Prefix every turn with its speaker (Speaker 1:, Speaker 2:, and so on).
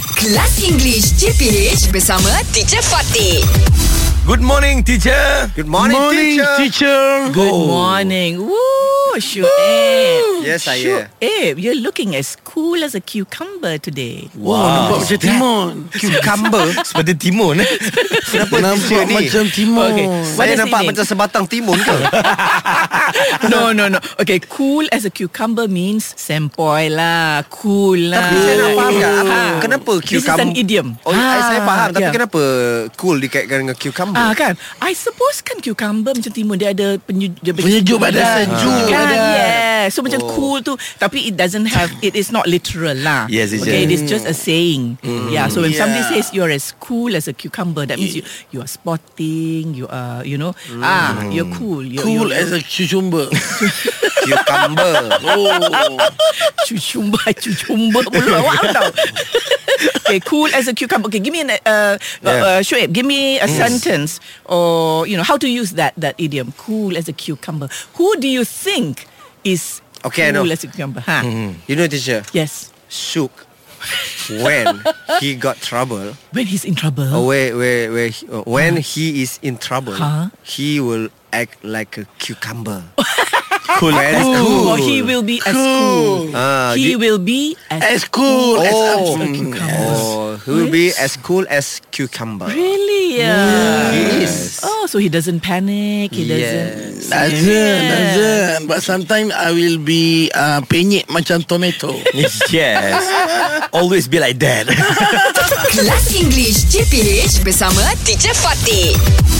Speaker 1: Kelas English CPH bersama Teacher Fatih.
Speaker 2: Good morning, teacher.
Speaker 3: Good morning, teacher.
Speaker 2: teacher.
Speaker 4: Good morning. Woo, Shuib.
Speaker 3: Yes, saya.
Speaker 4: Shuib, you're looking as cool as a cucumber today.
Speaker 2: Wow, nampak
Speaker 5: Nampak macam timun
Speaker 3: Cucumber.
Speaker 2: seperti timun eh.
Speaker 3: Kenapa teacher
Speaker 5: Nampak
Speaker 3: ni?
Speaker 5: macam timun okay.
Speaker 4: Okay. What
Speaker 3: Saya
Speaker 4: does it
Speaker 3: nampak
Speaker 4: mean?
Speaker 3: macam sebatang timun ke?
Speaker 4: no, no, no. Okay, cool as a cucumber means sempoi lah, cool lah.
Speaker 3: tapi saya nak faham tak apa,
Speaker 4: Ah.
Speaker 3: kenapa cucumber?
Speaker 4: This is an idiom.
Speaker 3: Oh, ah, saya faham. Tapi
Speaker 4: yeah.
Speaker 3: kenapa cool dikaitkan dengan cucumber?
Speaker 4: Ah kan I suppose kan cucumber Macam timun Dia ada penyu, dia ada
Speaker 5: Penyejuk badan.
Speaker 4: Penyejuk
Speaker 5: Ah.
Speaker 4: kan,
Speaker 5: badan.
Speaker 4: Yeah So macam cool tu Tapi it doesn't have It is not literal lah
Speaker 2: Yes, it's
Speaker 4: Okay
Speaker 2: just-
Speaker 4: it is just a saying Yeah so when
Speaker 3: Yeah.
Speaker 4: somebody says You're as cool as a cucumber That means you You are sporting You are you know Ah You're cool you're,
Speaker 5: Cool
Speaker 4: you're,
Speaker 5: as a cucumber
Speaker 3: Cucumber.
Speaker 5: Oh
Speaker 4: Cucumber Cucumber pula Awak tau Okay cool as a cucumber Okay give me an uh, uh,
Speaker 3: Yeah. Mm.
Speaker 4: Shoaib Give me a sentence Or you know How to use that That idiom Cool as a cucumber Who do you think Is
Speaker 3: Okay, I know. Mm-hmm.
Speaker 4: Cool as a cucumber huh?
Speaker 3: Hmm. You know, teacher,
Speaker 4: Yes
Speaker 3: Shook, when he got trouble,
Speaker 4: When he's in trouble
Speaker 3: or where, where, where, he- uh, when he is in trouble,
Speaker 4: Hmm. Huh?
Speaker 3: he will act like a cucumber.
Speaker 2: Cool.
Speaker 3: Very
Speaker 4: Cool.
Speaker 3: cool.
Speaker 4: Or he will be as cool
Speaker 3: Ah,
Speaker 4: He
Speaker 3: di-
Speaker 4: will be as,
Speaker 5: As cool as a
Speaker 3: Oh,
Speaker 4: cucumber.
Speaker 3: oh, he will be as cool as cucumber.
Speaker 4: Really yeah.
Speaker 3: He is.
Speaker 4: Oh so he doesn't panic He
Speaker 3: Yes.
Speaker 4: doesn't
Speaker 5: Doesn't
Speaker 4: Yeah.
Speaker 5: Doesn't But sometimes I will be uh, Penyek macam tomato
Speaker 2: yes. Always be like that.
Speaker 1: Kelas English CPH bersama Teacher Fatih.